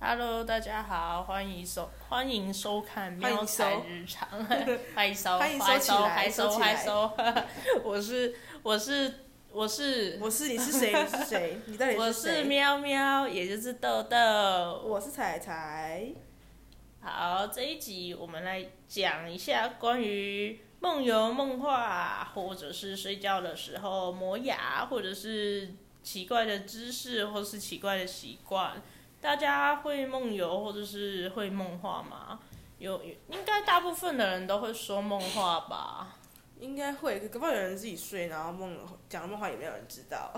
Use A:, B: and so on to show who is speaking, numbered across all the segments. A: Hello，大家好，欢迎收欢迎收看《
B: 欢迎
A: 喵仔
B: 收
A: 日常》， 嗨收
B: 欢迎收
A: 嗨
B: 起
A: 收
B: 来
A: 嗨
B: 收
A: 收
B: 起
A: 嗨
B: 来
A: 收， 我是我是我是
B: 我是你 是谁？你是谁？你到底
A: 我是
B: 谁？
A: 喵喵，也就是豆豆。
B: 我是彩彩。
A: 好，这一集我们来讲一下关于梦游、梦话，或者是睡觉的时候磨牙，或者是奇怪的姿势，或是奇怪的习惯。大家会梦游或者是会梦话吗？有，有应该大部分的人都会说梦话吧。
B: 应该会，可不好有人自己睡，然后梦讲梦话也没有人知道。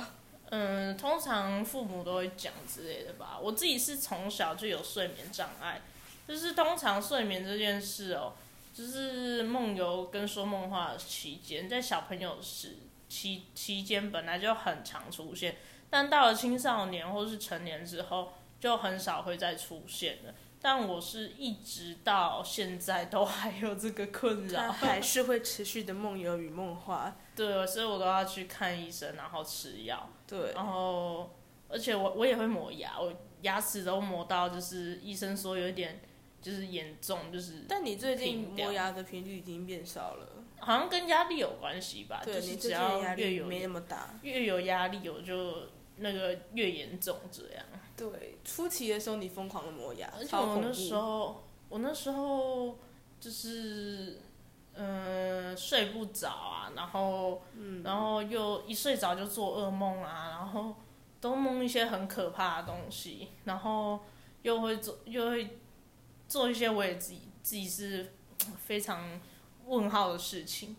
A: 嗯，通常父母都会讲之类的吧。我自己是从小就有睡眠障碍，就是通常睡眠这件事哦，就是梦游跟说梦话期间，在小朋友时期期间本来就很常出现，但到了青少年或是成年之后，就很少会再出现了。但我是一直到现在都还有这个困扰，
B: 他还是会持续的梦游与梦话。
A: 对，所以我都要去看医生，然后吃药。
B: 对，
A: 然后，而且我我也会磨牙，我牙齿都磨到，就是医生说有一点就是严重，就是
B: 但你最近
A: 停掉
B: 磨牙的频率已经变少了，
A: 好像跟压力有关系吧，啊就
B: 对
A: 是
B: 你
A: 只
B: 最近的
A: 要
B: 压
A: 越
B: 力
A: 有
B: 没那么大。
A: 越有压力，我就那个越严重这样。
B: 对，初期的时候你疯狂的磨牙，
A: 而且
B: 超
A: 我
B: 恐
A: 那
B: 怖
A: 时候，我那时候就是，嗯、睡不着啊，然后，
B: 嗯
A: 然后又一睡着就做噩梦啊，然后都梦一些很可怕的东西，然后又会做，又会做一些我也自己自己是非常问号的事情。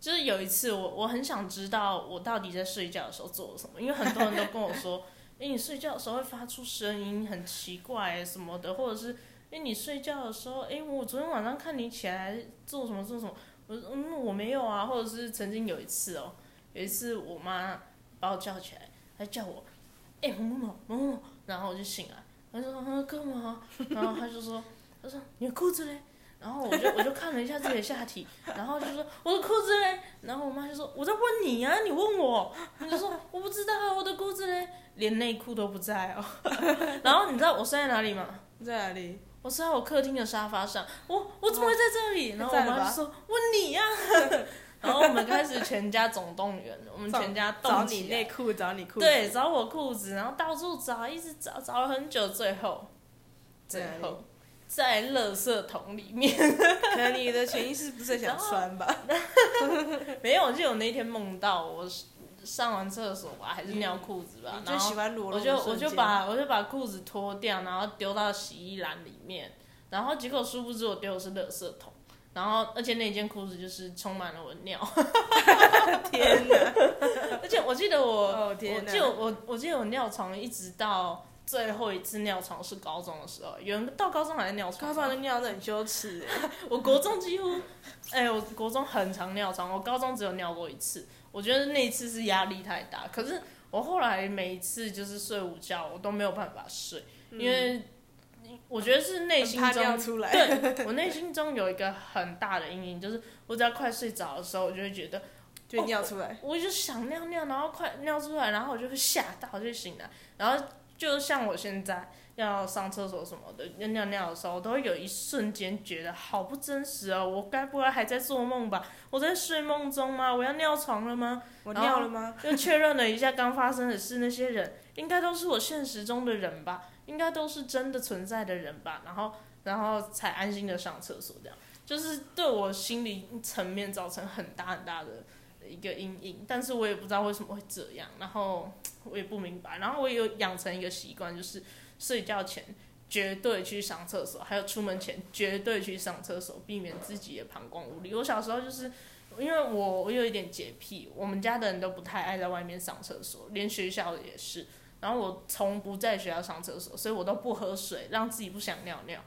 A: 就是有一次我，我很想知道我到底在睡觉的时候做了什么，因为很多人都跟我说，诶，你睡觉的时候会发出声音，很奇怪什么的，或者是诶，你睡觉的时候，诶，我昨天晚上看你起来做什么做什么，我说嗯我没有啊，或者是曾经有一次哦，有一次我妈把我叫起来，她叫我，诶，某某某某某某，然后我就醒来，她就说啊干嘛？然后她就说，她说你的裤子嘞。然后我就我就看了一下自己的下体，然后就说我的裤子嘞，然后我妈就说我在问你啊，你问我，我就说我不知道啊我的裤子嘞，连内裤都不在 哦。然后你知道我睡在哪里吗？
B: 在哪里？
A: 我睡在我客厅的沙发上。我我怎么会在这里？然后我
B: 在了吧
A: 妈就说：“问你 呀、然后我们开始全家总动员，我们
B: 找
A: 全家
B: 找
A: 动
B: 你
A: 起
B: 内
A: 来，
B: 裤，找你裤子。
A: 对，找我裤子，然后到处找，一直找，找了很久，最后最
B: 在哪里
A: 后在垃圾桶里面。
B: 可能你的潜意识不是很想穿吧？
A: 没有，我记得我那天梦到我上完厕所吧，还是尿裤子吧，然
B: 你最
A: 后
B: 喜欢裸
A: 我
B: 露的
A: 就我
B: 瞬
A: 就
B: 间
A: 把我就把裤子脱掉，然后丢到洗衣篮里面，然后结果殊不知我丢的是垃圾桶，然后而且那件裤子就是充满了我的尿，
B: 天哪！
A: 而且我记得我、
B: 哦
A: 我
B: 天哪
A: 记得我我记得我尿床一直到最后一次尿床是高中的时候，有人到高中还在尿床
B: 高
A: 吗，
B: 中的尿得很羞耻欸，
A: 我国中几乎， 哎、我国中很常尿床，我高中只有尿过一次。我觉得那一次是压力太大，可是我后来每一次就是睡午觉，我都没有办法睡，因为我觉得是内心
B: 嗯很怕尿
A: 中，
B: 出来。
A: 对我内心中有一个很大的阴影，就是我只要快睡着的时候，我就会觉得
B: 就尿出来。
A: 我就想尿尿，然后快尿出来，然后我就会吓到，我就醒来，然后就像我现在要上厕所什么的，要尿尿的时候，我都会有一瞬间觉得好不真实哦，我该不会还在做梦吧？我在睡梦中吗？我要尿床了吗？
B: 我
A: 然后
B: 尿了吗？
A: 又确认了一下刚发生的事，那些人应该都是我现实中的人吧，应该都是真的存在的人吧，然后然后才安心的上厕所，这样就是对我心理层面造成很大很大的一个阴影，但是我也不知道为什么会这样，然后我也不明白，然后我也有养成一个习惯，就是睡觉前。绝对去上厕所，还有出门前绝对去上厕所，避免自己的膀胱无力。我小时候就是因为我我有一点洁癖，我们家的人都不太爱在外面上厕所，连学校的也是。然后我从不在学校上厕所，所以我都不喝水，让自己不想尿尿，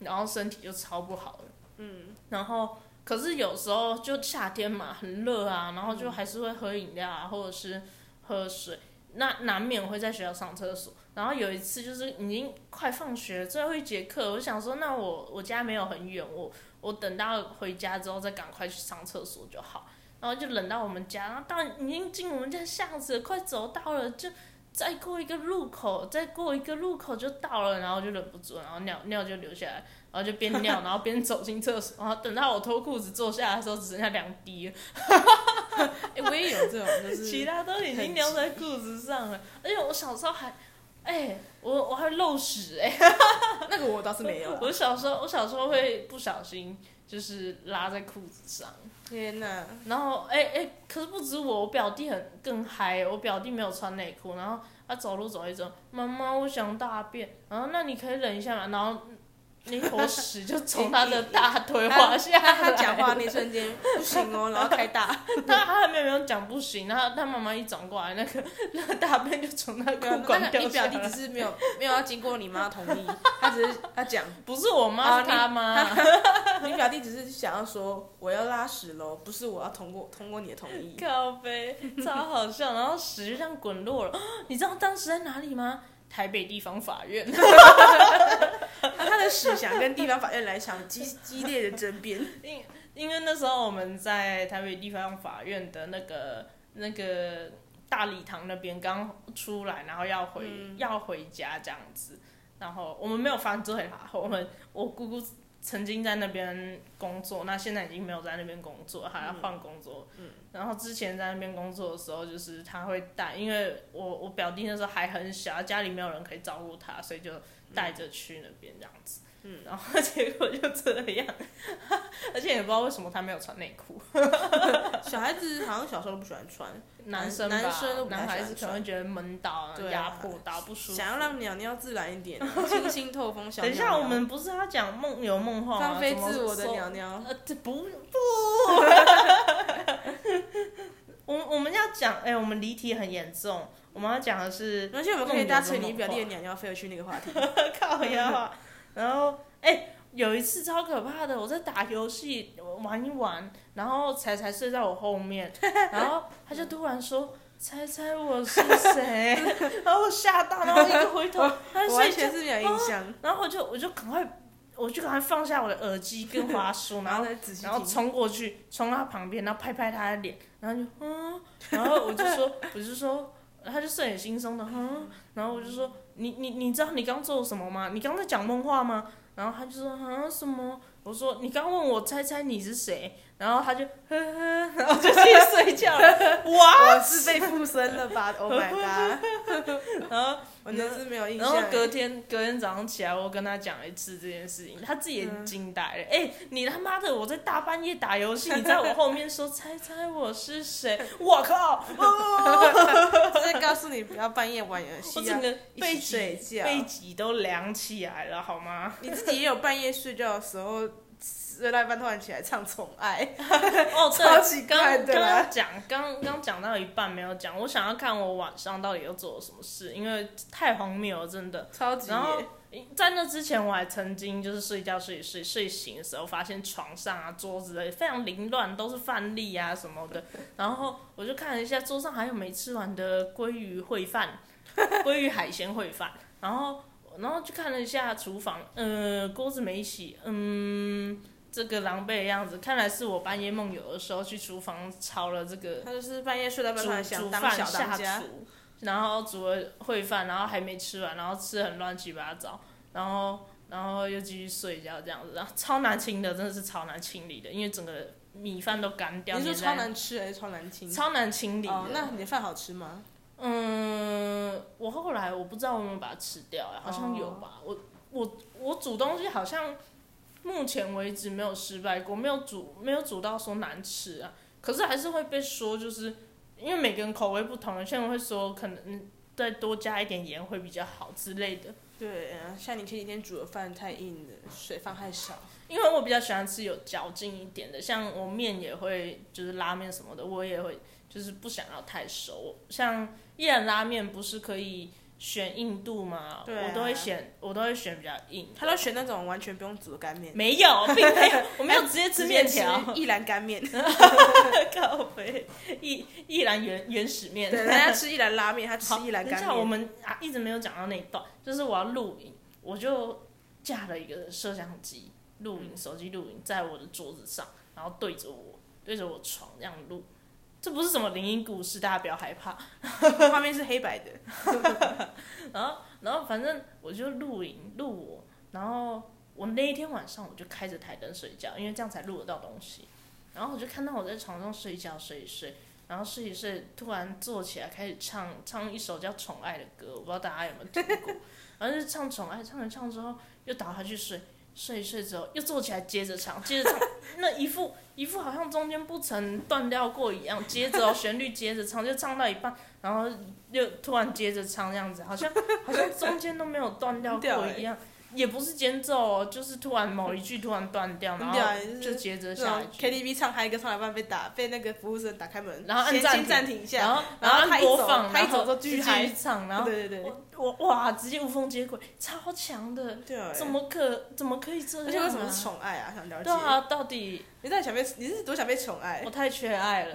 A: 然后身体就超不好了。嗯，然后可是有时候就夏天嘛，很热啊，然后就还是会喝饮料啊，或者是喝水，那难免会在学校上厕所。然后有一次就是已经快放学最后一节课，我想说，那我我家没有很远，我我等到回家之后再赶快去上厕所就好。然后就冷到我们家，然后到已经进我们家巷子了，快走到了，就再过一个路口，再过一个路口就到了，然后就忍不住，然后尿尿就流下来，然后就边尿，然后边走进厕所，然后等到我脱裤子坐下来的时候，只剩下两滴了，
B: 哎、我也有这种，就是
A: 其他都已经尿在裤子上了。而且我小时候还，哎、我我还漏屎哎、
B: 那个我倒是 没有啊。
A: 我小时候我小时候会不小心就是拉在裤子上。
B: 天哪，
A: 然后，哎、哎、可是不止我，我表弟很更嗨，我表弟没有穿内裤，然后他走路走一走，妈妈，我想大便，然后那你可以忍一下嘛，然后那坨屎就从他的大腿滑下来。
B: 哎他他讲话那 瞬间不 行哦，然后开大，
A: 他他还没有讲不行，然后他妈妈一转过来，那个那个大便就从他
B: 对啊
A: 裤
B: 那
A: 管
B: 个
A: 掉
B: 你
A: 下
B: 表
A: 来。
B: 弟只是没有没有要经过你妈同意，他只是他讲，
A: 不是我妈，
B: 啊
A: 是
B: 你
A: 他妈。
B: 你表弟只是想要说我要拉屎喽，不是我要通过通过你的 同意。
A: 靠背，超好笑。然后屎就这样滚落了。 你知道当时在哪里吗？台北地方法院。
B: 那他的屎想跟地方法院来场激激烈的争辩，
A: 因因为那时候我们在台北地方法院的那个那个大礼堂那边刚出来，然后要回、要回家这样子，然后我们没有翻追啦，我们我姑姑曾经在那边工作，那现在已经没有在那边工作，她要换工作。然后之前在那边工作的时候，就是她会带，因为我我表弟那时候还很小，家里没有人可以照顾他，所以就带着去那边这样子。嗯，然后结果就这样，而且也不知道为什么他没有穿内裤，
B: 小孩子好像小时候都不喜欢穿，
A: 男生吧
B: 男生都不太
A: 男孩子
B: 喜欢
A: 可能会觉得闷到、
B: 对啊
A: 压迫到、不舒服。
B: 想要让鸟鸟自然一点，清新透风小
A: 等
B: 鸟
A: 一
B: 鸟。
A: 下，我们不是要讲梦游梦话吗？
B: 放飞
A: 怎么
B: 自我的
A: 说
B: 鸟鸟，
A: 呃，这不 不，我我们要讲，哎、我们离题很严重，我们要讲的是
B: 而且我们可以搭乘你表弟的鸟鸟飞回去那个话题。
A: 靠腰啊。然后，哎、有一次超可怕的，我在打游戏玩一玩，然后彩彩睡在我后 面，然后他就突然说：“猜猜我是谁？” 然后我吓到，然后我一个回头，他
B: 我
A: 睡
B: 完
A: 觉
B: 全，是没有印象，
A: 然后我就我就赶快。我就赶快放下我的耳机跟滑 鼠，然
B: 然
A: 后
B: 后再仔细
A: 然后
B: 听。
A: 冲过去，冲到他旁边，然后拍拍他的脸，然后就嗯，然后我就说，我就说，他就睡眼惺忪的嗯，然后我就说，你你你知道你刚做了什么吗？你刚在讲梦话吗？然后他就说啊什么？我说你刚问我猜猜你是谁，然后他就呵呵，然后就去睡觉了。哇！
B: 我是被附身了吧？Oh my god！
A: 然后
B: 我真是没有印
A: 然后
B: 象。
A: 隔天隔天早上起来，我跟他讲一次这件事情，他自己也
B: 嗯
A: 惊呆了。哎、你他妈的，我在大半夜打游戏，你在我后面说猜猜我是谁？我靠！
B: 就是哦告诉你不要半夜玩游
A: 我
B: 戏啊
A: 整！个背
B: 一起睡
A: 脊
B: 觉
A: 背脊都凉起来了，好 吗？
B: 你自己也有半夜睡觉的时候，睡到一半突然起来唱《宠爱》，
A: 哦，
B: 超
A: 对，
B: 奇怪
A: 刚
B: 的
A: 刚
B: 啦
A: 刚讲刚刚讲到一半没有讲，我想要看我晚上到底又做了什么事，因为太荒谬了，真的。
B: 超级
A: 然后
B: 耶！
A: 在那之前，我还曾经就是睡觉睡一睡睡醒的时候，发现床上啊、桌子啊非常凌乱，都是饭粒啊什么的。 然后我就看了一下桌上还有没吃完的鲑鱼烩饭、鲑鱼海鲜烩饭，然后然后就看了一下厨房，呃，锅子没洗，嗯，这个狼狈的样子，看来是我半夜梦游的时候去厨房炒了这个
B: 他就是半夜睡到一半突然
A: 煮
B: 想
A: 煮
B: 当
A: 饭
B: 小
A: 下
B: 当家，
A: 厨，然后煮了烩饭，然后还没吃完，然后吃得很乱七八糟，然后然后又继续睡觉这样子，然后超难清的，真的是超难清理的，因为整个米饭都干掉，
B: 你是说
A: 粘在
B: 超难吃还是超难清？
A: 超难清理的。
B: 哦，那你的饭好吃吗？
A: 嗯，我后来我不知道我有没有把它吃掉、哎好像有吧。我我我煮东西好像目前为止没有失败过，没有煮没有煮到说难吃啊。可是还是会被说，就是因为每个人口味不同，有些人会说可能再多加一点盐会比较好之类的。
B: 对啊，像你前几天煮的饭太硬了，水放太少。
A: 因为我比较喜欢吃有嚼劲一点的，像我面也会，就是拉面什么的，我也会，就是不想要太熟。像一兰拉面不是可以选硬度吗？
B: 对啊
A: 我都会选，我都会选比较硬。
B: 他都选那种完全不用煮的干面，
A: 没 有，并没有，我没有直接吃面条，
B: 一兰干面。
A: 靠北一一兰原原始面。
B: 对，人家吃一兰拉面，他吃
A: 好，
B: 一兰
A: 等
B: 干
A: 一下，我
B: 面。
A: 们啊一直没有讲到那一段，就是我要录影，我就架了一个摄像机录影，手机录影在我的桌子上，然后对着我对着我床这样录。这不是什么灵异故事，大家不要害怕。
B: 画面是黑白的，
A: 然后，然后反正我就录影录我，然后我那一天晚上我就开着台灯睡觉，因为这样才录得到东西。然后我就看到我在床上睡觉睡一睡，然后睡一睡，突然坐起来开始唱唱一首叫《宠爱》的歌，我不知道大家有没有听过。然后就唱《宠爱》，唱着唱着之后又倒下去睡，睡一睡之后又坐起来接着唱，接着唱，那一副 一副好像中间不曾断掉过一样，接着、哦、旋律接着唱，就唱到一半，然后又突然接着唱这样子，好像好像中间都没有断掉过一样，也不是间奏、哦，就是突然某一句突然断掉， 然后
B: 对啊就是
A: 就接着
B: 那
A: 下
B: 种
A: 一句。
B: KTV 唱嗨歌唱到一半被打，被那个服务生打开门，
A: 然后按
B: 先
A: 暂
B: 先
A: 停
B: 暂停一下，
A: 然后，
B: 然后
A: 后
B: 他
A: 按
B: 一
A: 播
B: 走
A: 放，
B: 他一
A: 然后
B: 走之后继
A: 继
B: 续
A: 续
B: 嗨
A: 唱，然后
B: 对对对
A: 我哇，直接无缝接轨，超强的，
B: 对啊，
A: 怎么可怎么可以这样、啊？
B: 而且为什么是宠爱啊？哎想了解。
A: 对啊，到底
B: 你到底想被你是多想被宠爱
A: 我？太缺爱了，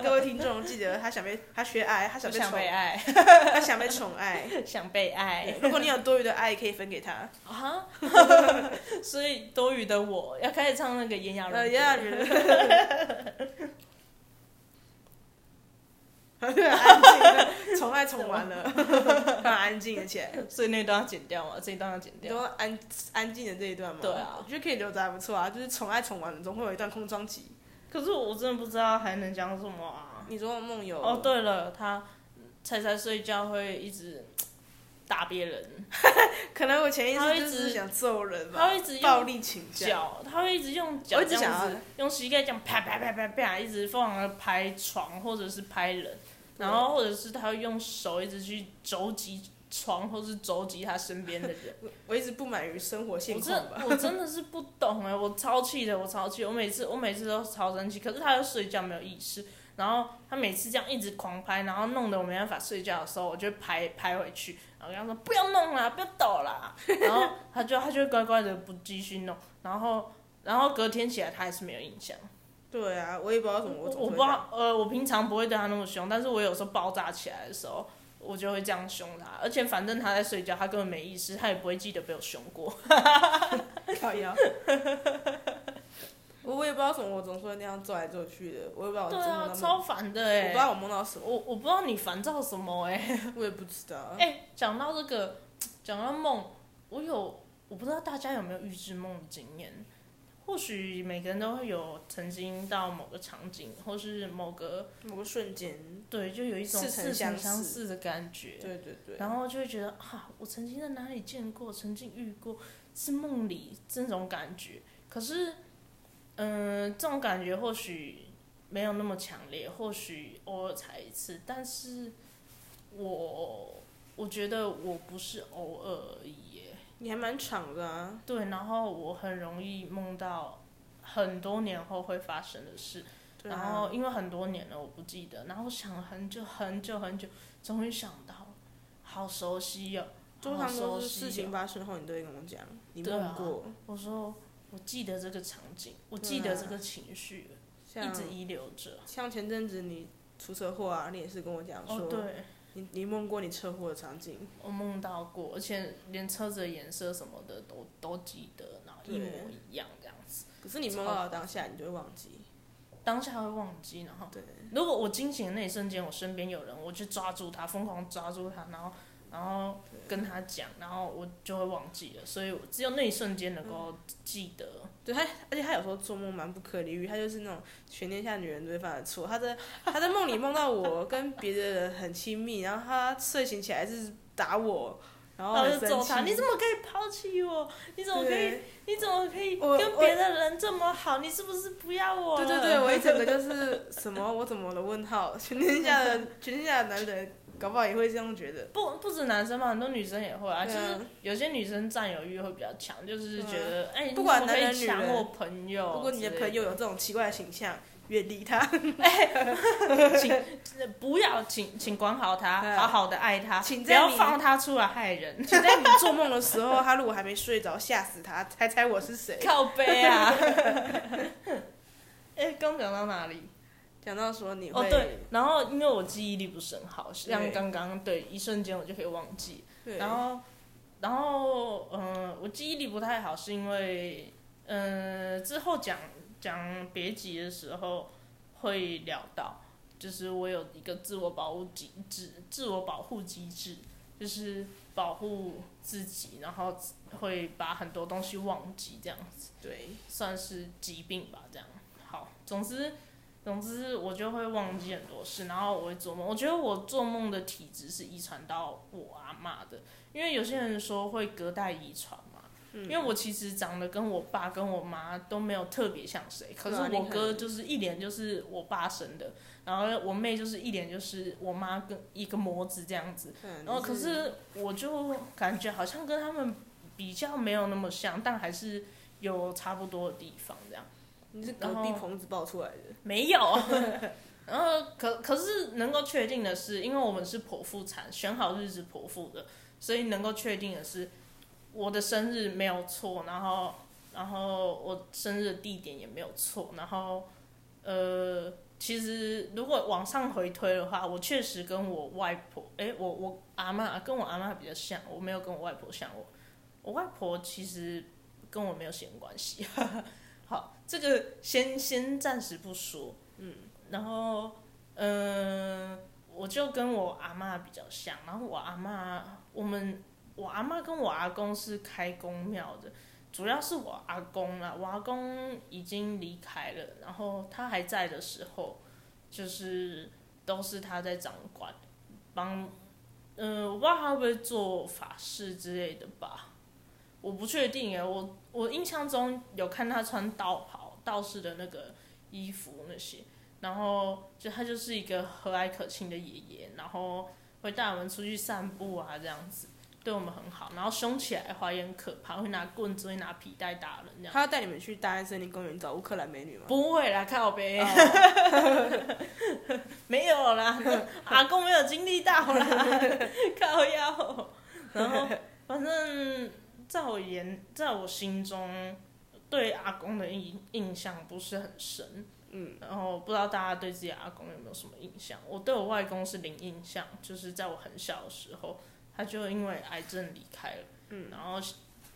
B: 各位听众记得他想被他缺爱，他
A: 我
B: 想被
A: 想 被
B: 宠，
A: 爱，
B: 他想被宠爱。
A: 想被 爱
B: 如果你有多余的爱，可以分给他。
A: 啊！ 所以多余的我要开始唱那个炎亚纶
B: 呃，
A: 歌，
B: 炎亚纶。 很安静的，宠爱宠完 了，很安静的起来。
A: 所以那段要剪掉嘛，这一段要剪
B: 你
A: 掉
B: 都。安安静的这一段吗？
A: 对啊
B: 我觉得可以留着还不错啊。就是宠爱宠完了，总会有一段空窗期。
A: 可是我真的不知道还能讲什么啊！
B: 你说梦游
A: 哦，，对
B: 嗯
A: 了，他菜菜睡觉会一直打别人
B: 可能我潜意
A: 他会
B: 识就
A: 一直
B: 是想揍人吧，
A: 他会一直用
B: 暴力倾向。
A: 脚，他会一直用脚
B: 我一直
A: 这样
B: 想
A: 子
B: 要，
A: 用膝盖这样啪啪啪啪啪，一直疯狂的拍床或者是拍人，然后或者是他会用手一直去肘击床或是肘击他身边的人。
B: 我我一直不满于生活
A: 我
B: 现
A: 真
B: 况吧。
A: 我真的是不懂哎、我超气的，我超气，我每次我每次都超生气，可是他又睡觉没有意识，然后他每次这样一直狂拍，然后弄得我没办法睡觉的时候，我就拍拍回去，然后跟他说不要弄啦，不要抖啦，然后他就他就会乖乖的不继续弄，然后然后隔天起来他还是没有印象，
B: 对啊，我也不知道怎么
A: 我
B: 总
A: 我不知
B: 会这样
A: 道呃，我平常不会对他那么凶，但是我有时候爆炸起来的时候。我就会这样凶他，而且反正他在睡觉，他根本没意识，他也不会记得被我凶过。
B: 靠腰。我我也不知道怎么，我总说那样走来走去哦的，我也不知道我
A: 对
B: 做梦
A: 啊，
B: 到
A: 超
B: 梦，
A: 烦的
B: 我
A: 哎、
B: 不知道我梦到什么，
A: 我我不知道你烦躁什么哎、欸、
B: 我也不知道。
A: 哎、讲到这个，讲到梦，我有我不知道大家有没有预知梦的经验，或许每个人都会有曾经到某个场景，或是某个
B: 某个瞬间，
A: 对，就有一种
B: 似曾
A: 似
B: 相
A: 曾相
B: 识
A: 似的感觉，
B: 对对对，
A: 然后就会觉得啊，我曾经在哪里见过，曾经遇过，是梦里这种感觉。可是，嗯、这种感觉或许没有那么强烈，或许偶尔才一次。但是我我觉得我不是偶尔而已耶，
B: 你还蛮长的啊，
A: 对。然后我很容易梦到很多年后会发生的事，
B: 对啊
A: 然后因为很多年了，我不记得。然后想了很久很久很久，终于想到了，好熟悉哟、
B: 通
A: 好
B: 常
A: 熟
B: 都是
A: 悉
B: 事情
A: 哟
B: 发生后，你都会跟我讲，你
A: 对
B: 梦
A: 啊
B: 过，
A: 我说我记得这个场景，我
B: 对
A: 记得
B: 啊
A: 这个情绪，一
B: 像
A: 直遗留着。
B: 像前阵子你出车祸啊，你也是跟我讲
A: 哦，
B: 说，
A: 对，
B: 你你梦过你车祸的场景，
A: 我梦到过，而且连车子的颜色什么的都都记得，然后一模一样这样子。
B: 可是你梦到的当下，你就会忘记。
A: 当下会忘记，然后
B: 对，
A: 如果我惊醒的那一瞬间，我身边有人，我去抓住他，疯狂抓住他，然后然后跟他讲，然后我就会忘记了，所以我只有那一瞬间能
B: 嗯
A: 够记得。
B: 对他，而且他有时候做梦蛮不可理喻，他就是那种全天下女人都会犯的错。他在他在梦里梦到我跟别的人很亲密，然后他睡醒起来是打我，然后
A: 然后
B: 哦很
A: 哦就
B: 生
A: 揍
B: 气。
A: 他，你怎么可以抛弃我？你怎么可以
B: 对？
A: 你怎么可以
B: 我
A: 跟别的人这么好？你是不是不要我
B: 对
A: 了？
B: 对对，我一整个就是什么我怎么了？问号， 全天下 的全天下的男人搞不好也会这样觉得。
A: 不不止男生嘛，很多女生也会啊。就
B: 对啊
A: 是有些女生占有欲会比较强，就是
B: 对啊
A: 觉得哎，你
B: 不管
A: 怎么可以
B: 男人女人
A: 抢我朋友之类，
B: 如果你的朋友有这种奇怪的形象，远离 他，
A: 请 不要，请请管好
B: 对
A: 他，
B: 啊
A: 好好的爱他，
B: 请
A: 不
B: 在
A: 要
B: 你
A: 放他出来害人，
B: 请在你做梦的时候，他如果还没睡着，吓死他，猜猜我是谁？
A: 靠背啊。 哎，刚讲到哪里？
B: 讲到说你会，
A: 哦，对，然后因为我记忆力不是很好，像
B: 对
A: 刚刚对，一瞬间我就可以忘记。
B: 对
A: 然后，然后，嗯、我记忆力不太好，是呃因为，嗯、之后讲讲别集的时候会聊到，就是我有一个自我保护机制，自我保护机制，就是保护自己，然后会把很多东西忘记，这样子
B: 对，
A: 算是疾病吧，这样。好，总之。总之，我就会忘记很多事，然后我会做梦。我觉得我做梦的体质是遗传到我阿妈的，因为有些人说会隔代遗传嘛。
B: 嗯
A: 因为我其实长得跟我爸跟我妈都没有特别像谁，可
B: 对啊
A: 是我
B: 你
A: 哥
B: 看
A: 就是一脸就是我爸生的，然后我妹就是一脸就是我妈跟一个模子这样子。
B: 然
A: 然后可是我就感觉好像跟他们比较没有那么像，但还是有差不多的地方这样。
B: 你是隔壁棚子爆出来的，
A: 没有。 然后可可是能够确定的是，因为我们是剖腹产，选好日子剖腹的，所以能够确定的是我的生日没有错，然后然后我生日的地点也没有错，然后呃，其实如果往上回推的话，我确实跟我外婆，诶，我我阿妈跟我阿妈比较像，我没有跟我外婆像，我我外婆其实跟我没有血缘关系。好，这个先先暂时不说，嗯，然后嗯、呃我就跟我阿妈比较像，然后我阿妈，我们我阿妈跟我阿公是开公庙的，主要是我阿公啦，我阿公已经离开了，然后他还在的时候，就是都是他在掌管，帮，嗯、我不知道他会不会做法事之类的吧，我不确定耶，我我印象中有看他穿道袍、道士的那个衣服那些，然后就他就是一个和蔼可亲的爷爷，然后会带我们出去散步啊，这样子对我们很好。然后凶起来的话也很可怕，会拿棍子、会拿皮带打人这样。
B: 他要带你们去大安森林公园找乌克兰美女吗？
A: 不会啦，靠呗，
B: 哦
A: 没有啦，阿公没有经历到啦，靠腰。然后反正在我眼，在我心中，对阿公的印印象不是很深。
B: 嗯，
A: 然后不知道大家对自己的阿公有没有什么印象？我对我外公是零印象，就是在我很小的时候，他就因为癌症离开了。
B: 嗯，
A: 然后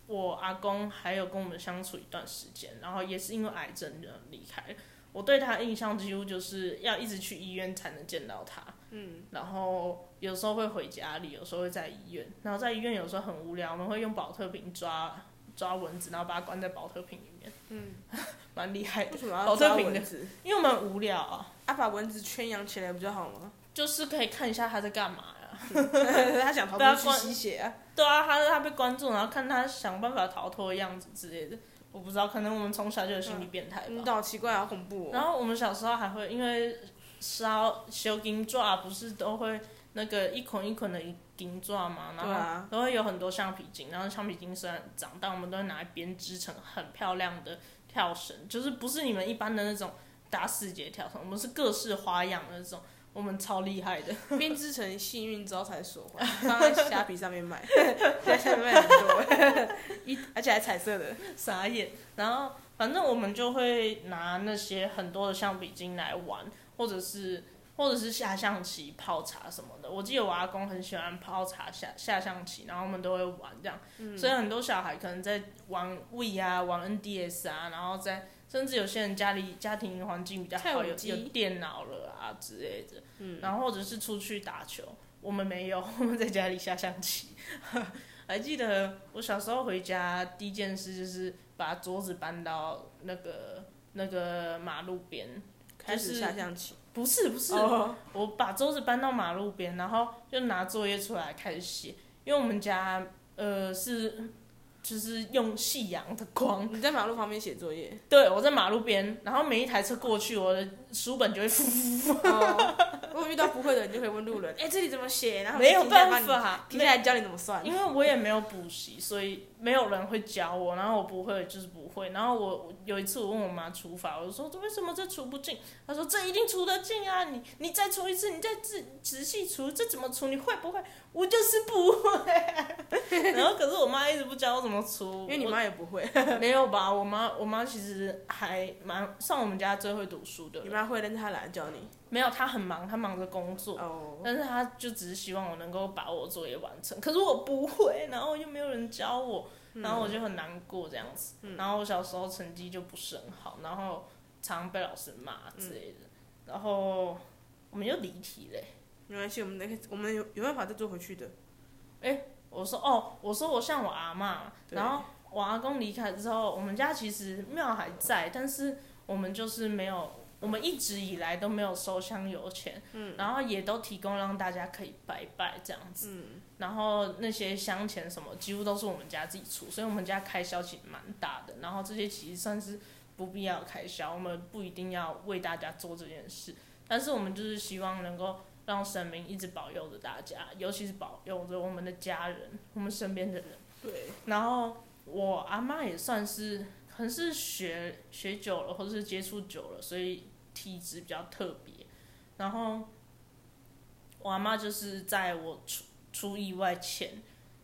A: 我阿公还有跟我们相处一段时间，然后也是因为癌症而离开了。我对他的印象几乎就是要一直去医院才能见到他，
B: 嗯，
A: 然后有时候会回家里，有时候会在医院，然后在医院有时候很无聊，我们会用保特瓶抓抓蚊子，然后把它关在保特瓶里面，
B: 嗯，
A: 蛮厉害的
B: 为，什么要
A: 保特
B: 抓
A: 瓶的
B: 蚊子？
A: 因为我们很无聊啊，
B: 啊，把蚊子圈养起来不就 好吗？
A: 就是可以看一下他在干嘛呀、
B: 他想逃
A: 对啊
B: 出去
A: 关
B: 吸血啊，
A: 对啊，他他被关注，然后看他想办法逃脱的样子之类的，我不知道，可能我们从小就有心理变态吧。
B: 你嗯啊好奇怪，好恐怖
A: 然
B: 哦。
A: 后我们小时候还会因为烧修金爪，不是都会那个一捆一捆的金爪嘛，然
B: 对
A: 后
B: 啊
A: 都会有很多橡皮筋，然后橡皮筋虽然长大，我们都会拿来编织成很漂亮的跳绳，就是不是你们一般的那种打死结跳绳，我们是各式花样的那种，我们超厉害的。
B: 编织成幸运招财手 环，放在虾皮上面卖， 现在虾皮卖很多， 一而且还彩色的。
A: 傻眼。然后反正我们就会拿那些很多的橡皮筋来玩，或者是或者是下象棋、泡茶什么的。我记得我阿公很喜欢泡茶下下象棋，然后我们都会玩这样。
B: 嗯
A: 所以很多小孩可能在玩 V 啊、玩 NDS 啊，然后在甚至有些人家里家庭环境比较
B: 跳
A: 好，
B: 舞
A: 有
B: 机嗯
A: 有电脑了啊之类的。然后或者是出去打球，我们没有， 我们在家里下象棋。 还记得我小时候回家第一件事就是把桌子搬到那个那个马路边，
B: 开始
A: 就是
B: 下象棋，
A: 不是不是
B: 哦
A: 我把桌子搬到马路边，然后就拿作业出来开始写，因为我们家呃是就是用夕阳的光，
B: 你在马路旁边写作业，
A: 对我在马路边，然后每一台车过去，我的书本就会浮
B: 哦 如果遇到不会的，你就可以问路 人，哎，这里怎么写？然后
A: 没有办
B: 停下来
A: 法，
B: 帮你，停下来教你怎么算。
A: 因为我也没有补习，所以没有人会教我，然后我不会就是不会。然后我我有一次我问我妈除法，我就说为什么这除不尽？她说这一定除得尽啊，你你再除一次，你再仔仔细除，这怎么除？你会不会？我就是不会。 然后可是我妈一直不教我怎么除，
B: 因为你妈也不会，
A: 我没有吧？我妈我妈其实还蛮算我们家最会读书的
B: 你
A: 人，
B: 妈会，但是她懒得教你。
A: 没有她很忙，她忙着工作。
B: 哦，
A: 但是他就只是希望我能够把我作业完成，可是我不会，然后又没有人教我，然后我就很难过这样子。然后我小时候成绩就不是很好，然后常被老师骂之类的。然后我们就离题嘞。
B: 没关系，我们那个我们有有办法再做回去的。
A: 我说哦，我说我像我阿妈，
B: 对
A: 然后我阿公离开之后，我们家其实庙还在，但是我们就是没有，我们一直以来都没有收香油钱，嗯，然后也都提供让大家可以拜拜这样子，嗯，然后那些香钱什么几乎都是我们家自己出，所以我们家开销其实蛮大的，然后这些其实算是不必要的开销，我们不一定要为大家做这件事，但是我们就是希望能够让神明一直保佑着大家，尤其是保佑着我们的家人，我们身边的人。
B: 对，
A: 然后我阿妈也算是，可能是学学久了，或者是接触久了，所以体质比较特别。然后我阿妈就是在我出出意外前，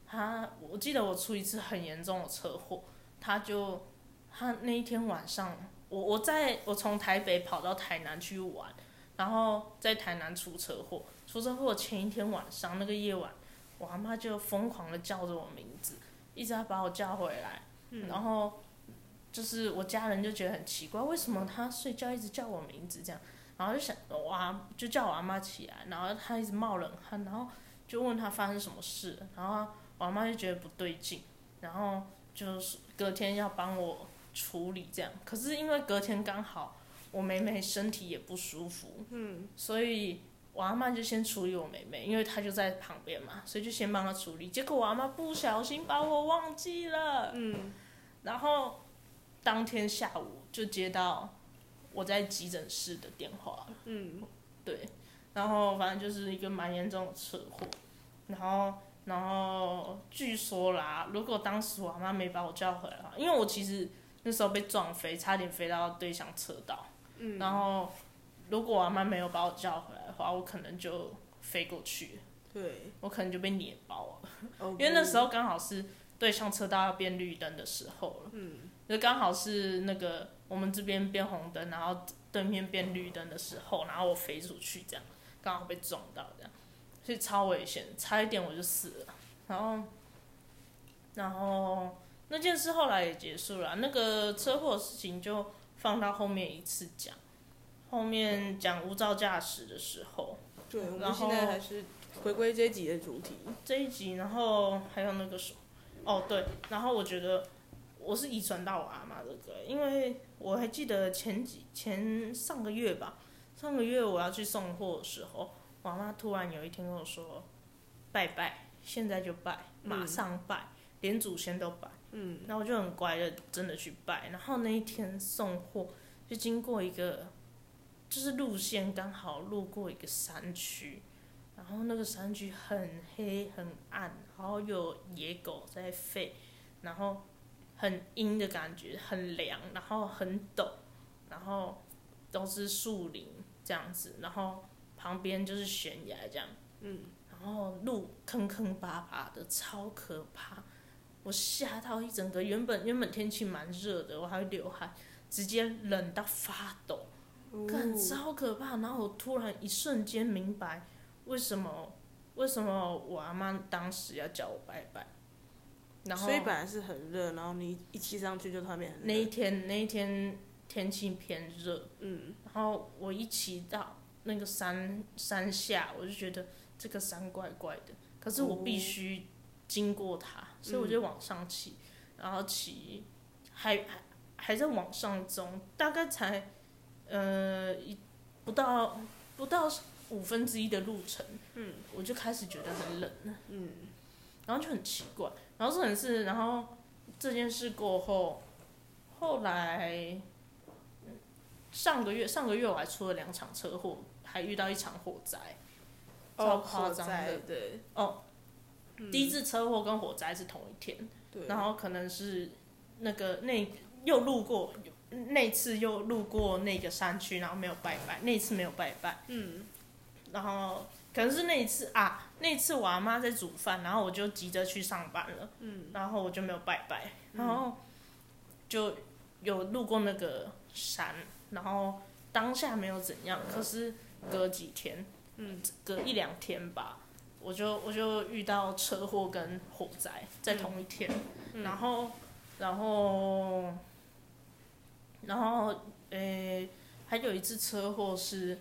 A: 她我记得我出一次很严重的车祸，她就她那一天晚上，我我在我从台北跑到台南去玩，然后在台南出车祸，出车祸前一天晚上那个夜晚，我阿妈就疯狂的叫着我名字。一直要把我叫回来，然后就是我家人就觉得很奇怪，为什么他睡觉一直叫我名字这样，然后就想哇，就叫我阿妈起来，然后她一直冒冷汗，然后就问她发生什么事，然后我阿妈就觉得不对劲，然后就是隔天要帮我处理这样，可是因为隔天刚好我妹妹身体也不舒服，嗯，所以。我阿妈就先处理我妹妹，因为她就在旁边嘛，所以就先帮她处理。结果我阿妈不小心把我忘记了，
B: 嗯，
A: 然后当天下午就接到我在急诊室的电话，嗯，对，然后反正就是一个蛮严重的车祸，然后然后据说啦，如果当时我阿妈没把我叫回来的话，因为我其实那时候被撞飞，差点飞到对向车道，嗯，然后如果我阿妈没有把我叫回来的话，我可能就飞过去，
B: 对，
A: 我可能就被碾爆啊了。因
B: 因
A: 为那时候刚好是对向车道要变绿灯的时候了，嗯，就刚好是那个我们这边变红灯，然后对面变绿灯的时候，然后我飞出去这样，刚好被撞到这样，所以超危险，差一点我就死了。然后，然后那件事后来也结束了，啊那个车祸的事情就放到后面一次讲，后面讲无照驾驶的时候，
B: 对，我
A: 然
B: 们
A: 后
B: 现在还是回归这一集的主题。
A: 这一集，然后还有那个什么，哦对，然后我觉得我是遗传到我阿妈这个，因为我还记得前几前上个月吧，上个月我要去送货的时候，我阿妈突然有一天跟我说，拜拜，现在就拜，马上拜，连祖先都拜，嗯，然后我就很乖的真的去拜，然后那一天送货就经过一个，就是路线刚好路过一个山区，然后那个山区很黑很暗，然后有野狗在吠，然后很阴的感觉，很凉，然后很陡，然后都是树林这样子，然后旁边就是悬崖这样，嗯，然后路坑坑巴巴的，超可怕，我吓到一整个，原本原本天气蛮热的，我还会流汗，直接冷到发抖，
B: 哦
A: 感超可怕。然后我突然一瞬间明白，为什么为什么我阿妈当时要叫我拜拜，然后
B: 所以本来是很热，然后你一骑上去就突然变很热
A: 那一天那一天天气偏热，嗯，然后我一骑到那个山山下，我就觉得这个山怪怪的，可是我必须经过它，所以我就往上骑，然后骑还还还在往上中，大概才呃一不到不到五分之一的路程，嗯，我就开始觉得很冷了，嗯，然后就很奇怪，然后这很是然后。这件事过后，后来嗯上个月上个月我还出了两场车祸，还遇到一场火灾，超
B: 哦
A: 夸
B: 火
A: 张
B: 灾嗯
A: 的。
B: 对
A: 哦，第一次车祸跟火灾是同一天，
B: 对，
A: 然后可能是那个那又路过那次又路过那个山区，然后没有拜拜，那次没有拜拜，嗯，然后可能是那一次啊，那次我阿妈在煮饭，然后我就急着去上班了，嗯，然后我就没有拜拜，然后就有路过那个山，然后当下没有怎样，可是隔几天，嗯，隔一两天吧。我就我就遇到车祸跟火灾在同一天，
B: 嗯
A: 然后，然后，呃然后，诶、还有一次车祸是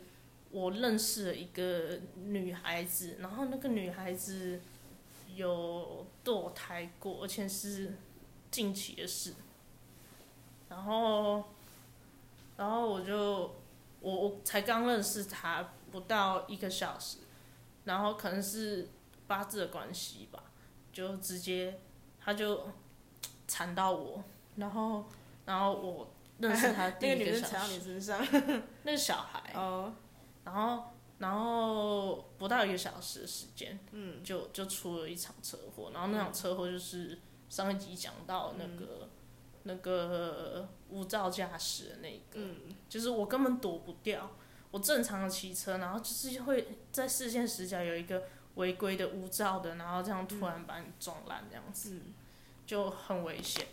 A: 我认识了一个女孩子，然后那个女孩子有堕胎过，而且是近期的事。然后，然后我就我我才刚认识她不到一个小时，然后可能是八字的关系吧，就直接她就缠到我，然后然后我认识她第
B: 那个
A: 一
B: 女
A: 个
B: 生
A: 小
B: 踩到你
A: 时，
B: 身上，
A: 那个小孩。
B: 哦，
A: 然后然后不到一个小时的时间，嗯，就就出了一场车祸，然后那场
B: 嗯
A: 车祸就是上一集讲到那个、那个无照驾驶的那个，
B: 嗯
A: 就是我根本躲不掉，我正常的骑车，然后就是会在视线死角有一个违规的无照的，然后这样
B: 嗯
A: 突然把你撞烂这样子，就很危险。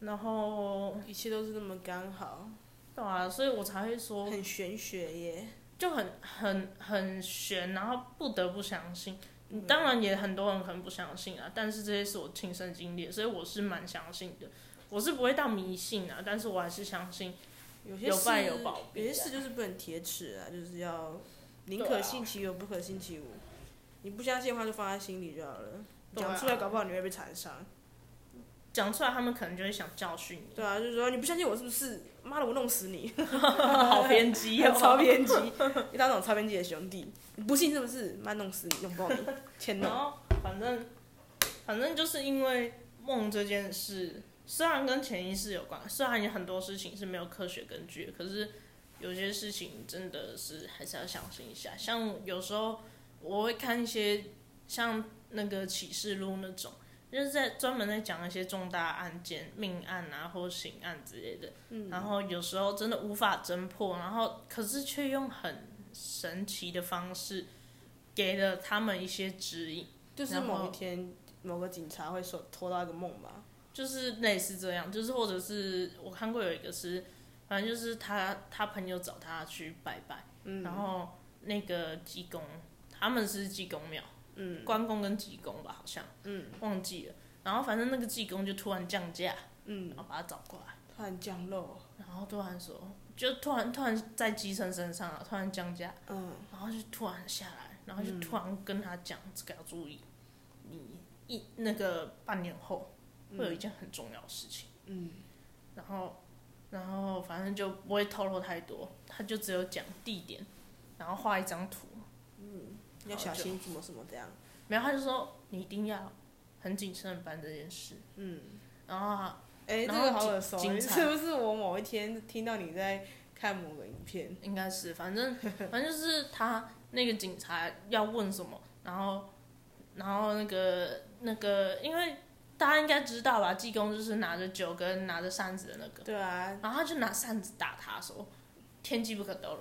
A: 然后，
B: 一切都是那么刚好，
A: 对啊，所以我才会说，
B: 很玄学耶。
A: 就很很很悬，然后不得不相信。
B: 嗯
A: 当然也很多人可能不相信啊，但是这些是我亲身经历的，所以我是蛮相信的。我是不会到迷信啊，但是我还是相信。
B: 有些
A: 有
B: 事
A: 败有保
B: 有
A: 庇
B: 些
A: 啊
B: 事就是不能铁齿啊，就是要宁
A: 对
B: 可
A: 啊
B: 信其有，不可信其无。你不相信的话，就放在心里就好了。
A: 对
B: 讲
A: 啊
B: 出来，搞不好你会被缠上。
A: 讲出来，他们可能就会想教训你。
B: 对啊，就是说你不相信我是不是？妈的，我弄死你！，
A: 好偏激哦
B: 超偏激，遇到那种超偏激的兄弟，你不信是不是？妈弄死你，弄爆你，哦欠
A: 然
B: 弄。
A: 后反正反正就是因为梦这件事，虽然跟潜意识有关，虽然有很多事情是没有科学根据的，可是有些事情真的是还是要相信一下。像有时候我会看一些像那个启示录那种。就是在专门在讲一些重大案件、命案啊，或刑案之类的。然后有时候真的无法侦破，然后可是却用很神奇的方式给了他们一些指引。
B: 就是
A: 然后
B: 某一天，某个警察会说偷到一个梦吧，
A: 就是类似这样，就是或者是我看过有一个是，反正就是他他朋友找他去拜拜，
B: 嗯
A: 然后那个济公，他们是济公庙，嗯，关公跟济公吧，好像，嗯，忘记了。然后反正那个济公就突然降价，嗯，然后把他找过来，
B: 突然降肉，
A: 然后突然说，就突然突然在机身身上啊，突然降价，
B: 嗯，
A: 然后就突然下来，然后就突然跟他讲这个要注意，你一那个半年后会有一件很重要的事情，嗯，然后然后反正就不会透露太多，他就只有讲地点，然后画一张图，
B: 要小心什么什么这样。
A: 然后他就说你一定要很谨慎地办这件事，嗯，然后他
B: 哎、这
A: 然后
B: 个好
A: 警
B: 耳熟，
A: 警察
B: 是不是我某一天听到你在看某个影片？
A: 应该是，反正 反正就是他那个警察要问什么，然后然后那个那个，因为大家应该知道吧，济公就是拿着酒跟拿着扇子的那个，
B: 对啊，
A: 然后他就拿扇子打他说：“天机不可透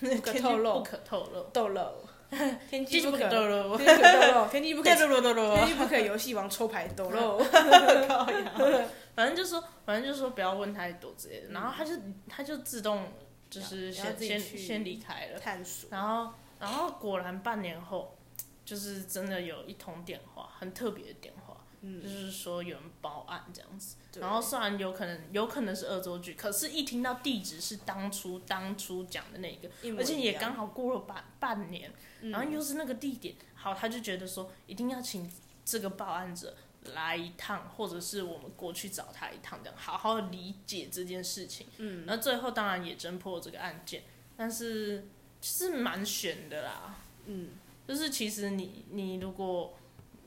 A: 露，
B: 不可透
A: 不
B: 露，
A: 可透露，
B: 透露， 天
A: 天
B: 机
A: 机
B: 不
A: 不
B: 可
A: 可透露，
B: 天机不可 透露，天机不可，
A: 透露透露
B: 天机不可游戏王抽牌抖 露。
A: 嗯反正就说，反正就说不要问太多之类的，然后他就他就自动就是
B: 然后
A: 先
B: 嗯自己
A: 先
B: 去
A: 先离开了。”
B: 探索，
A: 然后，然后果然半年后，就是真的有一通电话，很特别的电话，就是说有人报案这样子。
B: 嗯对
A: 然后虽然有可能有可能是恶作剧，可是一听到地址是当初当初讲的那个，
B: 一模
A: 而且
B: 一
A: 也
B: 样嗯
A: 刚好过了半半年，然后又是那个地点，好，他就觉得说一定要请这个报案者来一趟，或者是我们过去找他一趟，这样好好理解这件事情。嗯，那最后当然也侦破这个案件，但是是蛮悬的啦。嗯，就是其实你你如果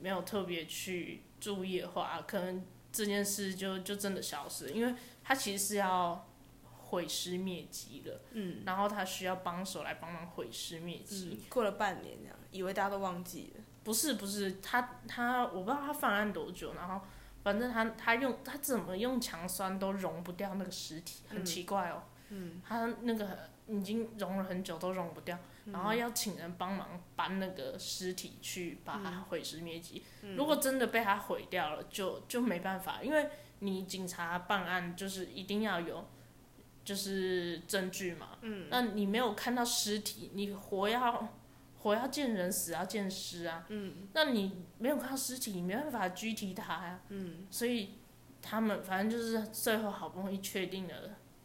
A: 没有特别去注意的话，可能这件事就就真的消失了，因为他其实是要毁尸灭迹了。嗯，然后他需要帮手来帮忙毁尸灭迹。
B: 嗯，过了半年这样，以为大家都忘记了，
A: 不是不是，他他我不知道他犯案多久，然后反正他他用他怎么用强酸都溶不掉那个尸体，很奇怪哦。嗯，他那个已经溶了很久都溶不掉，然后要请人帮忙搬那个尸体去把它毁尸灭迹。如果真的被他毁掉了，就就没办法，因为你警察办案就是一定要有。就是证据嘛，嗯，那你没有看到尸体，你活要活要见人，死要见尸啊，那你没有看到尸体，你没办法拘提他呀、嗯，所以他们反正就是最后好不容易确定了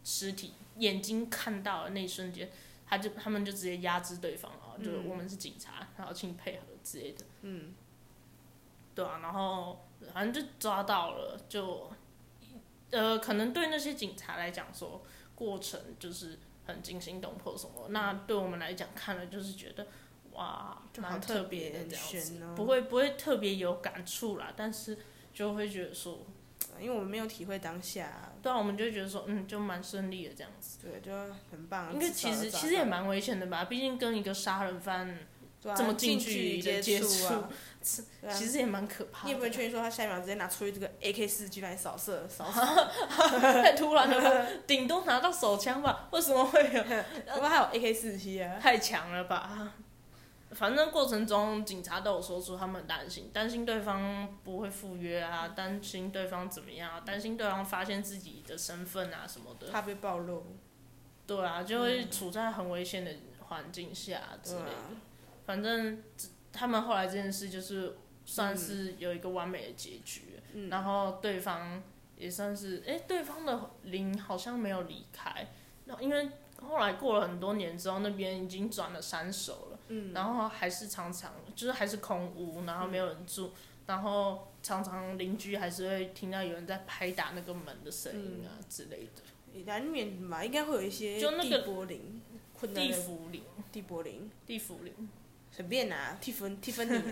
A: 尸体，眼睛看到的那一瞬间，他就他们就直接压制对方啊，就
B: 嗯
A: 我们是警察，然后请配合之类的。嗯，对啊，然后反正就抓到了，就呃，可能对那些警察来讲说，过程就是很惊心动魄什么，那对我们来讲看了就是觉得哇，
B: 就好
A: 蛮
B: 特
A: 别
B: 别
A: 的
B: 很
A: 这样子，
B: 悬哦。
A: 不，会不会特别有感触啦，但是就会觉得说，
B: 因为我们没有体会当下，
A: 对啊，我们就会觉得说，嗯，就蛮顺利的这样子。
B: 对，就很棒。
A: 因为
B: 至少
A: 其实
B: 有找
A: 其实也
B: 到
A: 蛮危险的吧，毕竟跟一个杀人犯，
B: 对啊
A: 这么近
B: 近
A: 距
B: 距
A: 离
B: 离
A: 的接
B: 接触 啊，对啊
A: 其实也蛮可怕
B: 你也不
A: 的
B: 会。确定说他下一秒直接拿出这个 AK 四 G 来扫射，扫 射。
A: 啊太突然了吧，顶多拿到手枪吧，为什么会有？
B: 不过还有 AK 四七啊，
A: 太强了吧！反正过程中，警察都有说出他们很担心，担心对方不会赴约啊，担心对方怎么样啊，担心对方发现自己的身份啊什么的。
B: 怕被暴露。
A: 对啊，就会处在很危险的环境下之
B: 嗯对
A: 类的。
B: 啊，
A: 反正这他们后来这件事就是算是有一个完美的结局，
B: 嗯
A: 然后对方也算是，哎、对方的灵好像没有离开，那因为后来过了很多年之后，那边已经转了三手了，
B: 嗯
A: 然后还是常常就是还是空屋，然后没有人住，
B: 嗯
A: 然后常常邻居还是会听到有人在拍打那个门的声音
B: 嗯
A: 啊之类的，
B: 难免吧，应该会有一些
A: 就那个
B: 地柏林困难
A: 地
B: 的
A: 府灵，
B: 地柏林，
A: 地府灵，
B: 随便啊，蒂芬蒂芬尼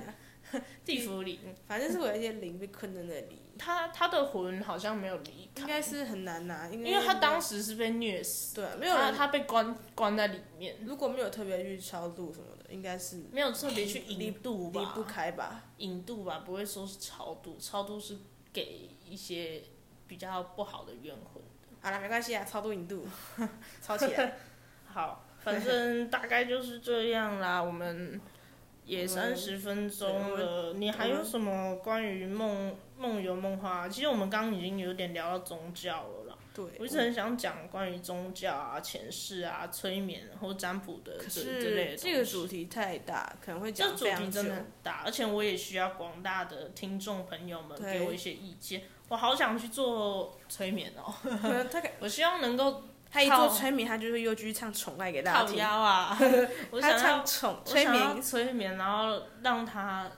B: 啊，
A: 地府灵，
B: 反正是会有一些灵被困在那里，
A: 他他的魂好像没有离开，
B: 应该是很难拿，因为
A: 因为他当时是被虐死，
B: 对啊没
A: 没
B: 有
A: 有他
B: 人，
A: 他被关关在里面，
B: 如果没有特别去超度什么的，应该是
A: 没有特别去
B: 离
A: 引渡
B: 离
A: 吧，
B: 不开吧。
A: 引渡吧，不会说是超度，超度是给一些比较不好的冤魂。
B: 好了，没关系啊，超度引渡， 超起 来。
A: 好，反正大概就是这样啦，我们。也
B: 我们
A: 三十分
B: 对
A: 钟
B: 我 们
A: 了，你还有什么关于梦梦游梦话？其实我们刚刚已经有点聊到宗教了啦，
B: 对，
A: 我一直很想讲关于宗教啊、前世啊、催眠或占卜的
B: 可
A: 这这类的
B: 是
A: 东
B: 这个
A: 西
B: 主题太大，可能会
A: 这
B: 讲
A: 主
B: 非
A: 题
B: 常久
A: 真。的 很大，而且我也需要广大的听众朋友们
B: 对
A: 给我一些意见。我好想去 做催眠哦，
B: 可能他可
A: 我希望能够
B: 他一做
A: 靠
B: 催眠，他就会又继续唱《宠爱》给大家
A: 靠
B: 听。
A: 腰 啊，我
B: 他
A: 想要
B: 唱宠
A: 我
B: 催
A: 想要
B: 眠，
A: 催眠，然后让他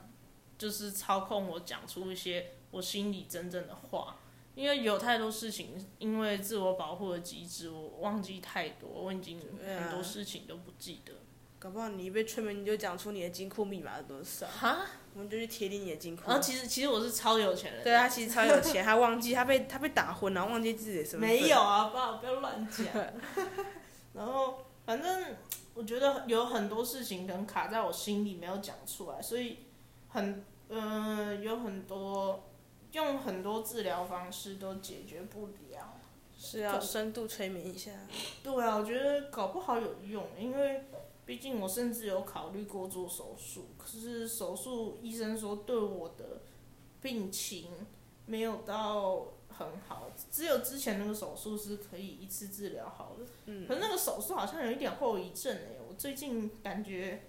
A: 就是操控我讲出一些我心里真正的话，因为有太多事情，因为自我保护的机制，我忘记太多，我已经
B: 对啊
A: 很多事情都不记得。
B: 搞不好你一被催眠，你就讲出你的金库密码是多少，
A: 哈，
B: 我们就去贴近你的金库
A: 然。后其实其实我是超有钱人，
B: 对啊他其实超有钱，他忘记他被他被打昏，然后忘记自己的身份。
A: 没有，啊，爸，不要乱 讲。然后反正我觉得有很多事情可能卡在我心里没有讲出来，所以很嗯、有很多用很多治疗方式都解决不了。
B: 是啊要深度催眠一下。
A: 对啊，我觉得搞不好有用，因为毕竟我甚至有考虑过做手术，可是手术医生说对我的病情没有到很好，只有之前那个手术是可以一次治疗好的，
B: 嗯
A: 可是那个手术好像有一点后遗症哎、我最近感觉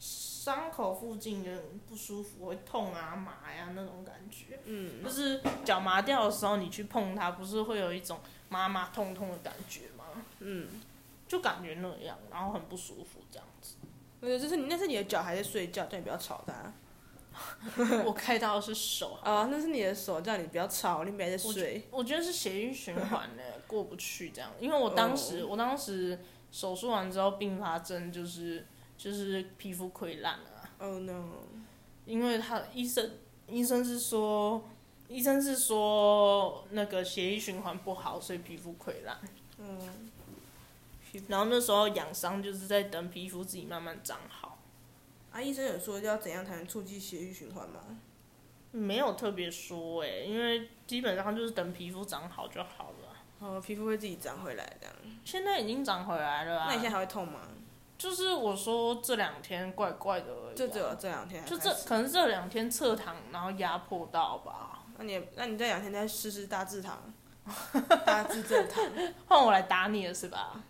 A: 伤口附近有点不舒服，会痛啊、麻呀、那种感觉，
B: 嗯，
A: 就是脚麻掉的时候你去碰它，不是会有一种麻麻痛痛的感觉吗？
B: 嗯，
A: 就感觉那样，然后很不舒服这样 子。
B: 我觉得就是你，那是你的脚还在睡觉，叫你不要吵他。
A: 我开刀的是手，
B: 哦，那是你的手叫你不要吵，你别在
A: 我
B: 睡。
A: 我觉得是血液循环呢、过不去这样。因为我当时、
B: 哦
A: 我当时手术完之后并发症就是就是皮肤溃烂了啊、
B: Oh no！
A: 因为他医生医生是说医生是说那个血液循环不好，所以皮肤溃烂。
B: 嗯，
A: 然后那时候养伤就是在等皮肤自己慢慢长好，
B: 啊，医生有说要怎样才能促进血液循环吗？
A: 没有特别说诶、因为基本上就是等皮肤长好就好了啊。
B: 哦，皮肤会自己长回来这样。
A: 现在已经长回来了、啊。
B: 那你现在还会痛吗？
A: 就是我说这两天怪怪的而已啊、
B: 就只有这两天还
A: 就
B: 开始，
A: 这可能这两天侧躺然后压迫到吧，
B: 那你也那你这两天再试试大 字堂，大字正堂，
A: 换我来打你了是吧？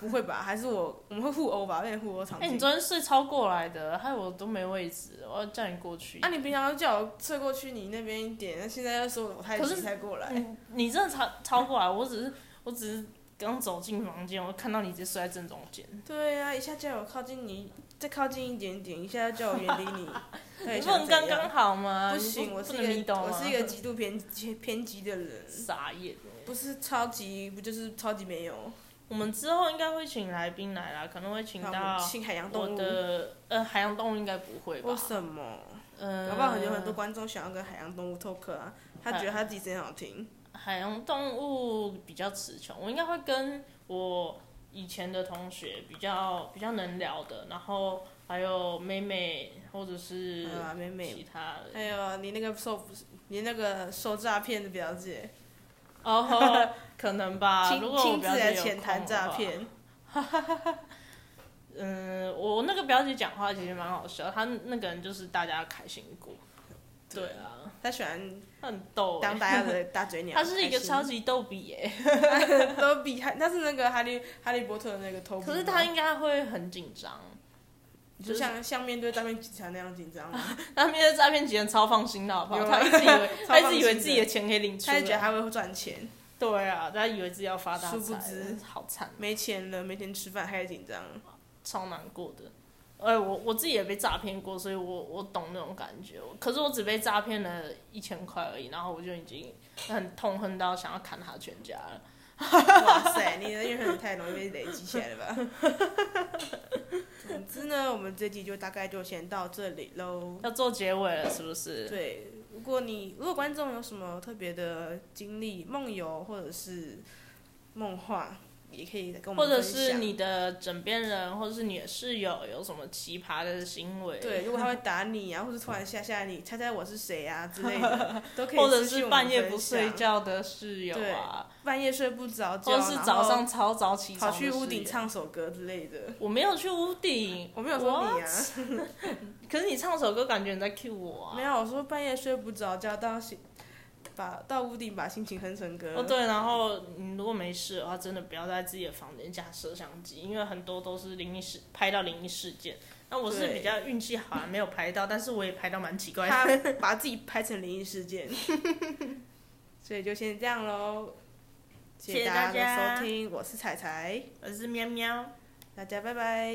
B: 不会吧？还是我我们会互殴吧？变成互殴场
A: 哎、
B: 景。
A: 你昨天睡超过来的，害我都没位置，我要叫你过去。
B: 啊，你平常都叫我侧过去你那边一点，那现在又说我太
A: 可是
B: 急才过来。
A: 你你真的超超过来，我只是我只是刚走进房间，我看到你直接睡在正中间，
B: 对啊，一下叫我靠近你，再靠近一点点，一下叫我远 离你，到底
A: 你不
B: 想
A: 能
B: 怎
A: 刚
B: 样？
A: 刚好吗？
B: 不
A: 你啊
B: 行，我是
A: 不能迷
B: 一个
A: 倒吗
B: 我是一个极度偏偏激的人，
A: 傻眼。欸
B: 不是超级，不就是超级没有？
A: 我们之后应该会请来宾来啦，可能会请
B: 好
A: 到
B: 亲海洋
A: 我
B: 动物。
A: 的呃海洋动物应该不会吧
B: 为？什么？
A: 嗯，
B: 搞不好很有很多观众想要跟海洋动物 talk 啊，他觉得他自己声音好听。
A: 海洋动物比较词穷，我应该会跟我以前的同学比较比较能聊的，然后还有妹妹或者嗯是
B: 啊，美
A: 其
B: 美，
A: 他的
B: 还有你那个受你那个受诈骗的表姐，
A: 哦，可能吧。
B: 亲
A: 如果我
B: 亲自
A: 表姐
B: 来
A: 有
B: 浅谈
A: 空的
B: 诈
A: 话
B: 骗，
A: 嗯，我那个表姐讲话其实蛮好笑，她那个人就是大家开心果。对啊，
B: 他喜欢
A: 她很逗、
B: 当
A: 欸，
B: 大家的 大嘴鸟。
A: 她是一个
B: 开心
A: 超级逗比欸耶、
B: 都比他，他是那个哈利哈利波特的那个头。
A: 可是她应该会很紧张，
B: 就啊像像面对诈骗警察那样紧张吗？
A: 那面对诈骗集团超放心的，好不好？
B: 有啊
A: 他一直以为
B: 超
A: 他
B: 放
A: 一直
B: 心的
A: 以为自己的钱可以领出
B: 他
A: 来，
B: 就觉得他会赚钱，
A: 对啊，他以为自己要发大财，
B: 殊不知
A: 好惨，
B: 没钱了，没钱吃饭，还紧 张。
A: 超难过的。哎、我我自己也被诈骗过，所以我我懂那种感觉。我可是我只被诈骗了一千块而已，然后我就已经很痛恨到想要砍他全家了。
B: 哇塞，你的怨恨太容易被累积起来了吧？总之呢，我们这集就大概就先到这里喽。
A: 要做结尾了，是不是？
B: 对，如果你如果观众有什么特别的经历、梦游或者是梦话，也可以跟我
A: 或
B: 们
A: 者
B: 分享。
A: 是你的枕边人，或者是你的室友有什么奇葩的行为？
B: 对，如果他会打你啊，或者突然吓吓你，猜猜我是谁啊之 类的，都可以。
A: 或者是半夜不睡，觉的室友
B: 对
A: 啊，
B: 半夜睡不着觉，
A: 或哦者是
B: 然后
A: 早上超早起床
B: 跑
A: 的
B: 去屋
A: 室
B: 顶
A: 友。
B: 唱首歌之类的。
A: 我没有去屋顶，
B: 我没有说你啊
A: What？可是你唱首歌，感觉你在 cue 我啊
B: 没。有，我说半夜睡不着觉，到心把到屋顶把心情哼成歌。
A: 哦，对，然后你如果没事的话，真的不要在自己的房间架摄像机，因为很多都是灵异事拍到灵异事件。那我是
B: 对
A: 比较运气好，啊还没有拍到，但是我也拍到蛮奇怪的。
B: 他把自己拍成灵异事件， 所以就先这样喽。谢
A: 谢谢
B: 大
A: 大
B: 家的
A: 家
B: 收听，我是彩彩，
A: 我是喵喵。
B: 大家拜拜。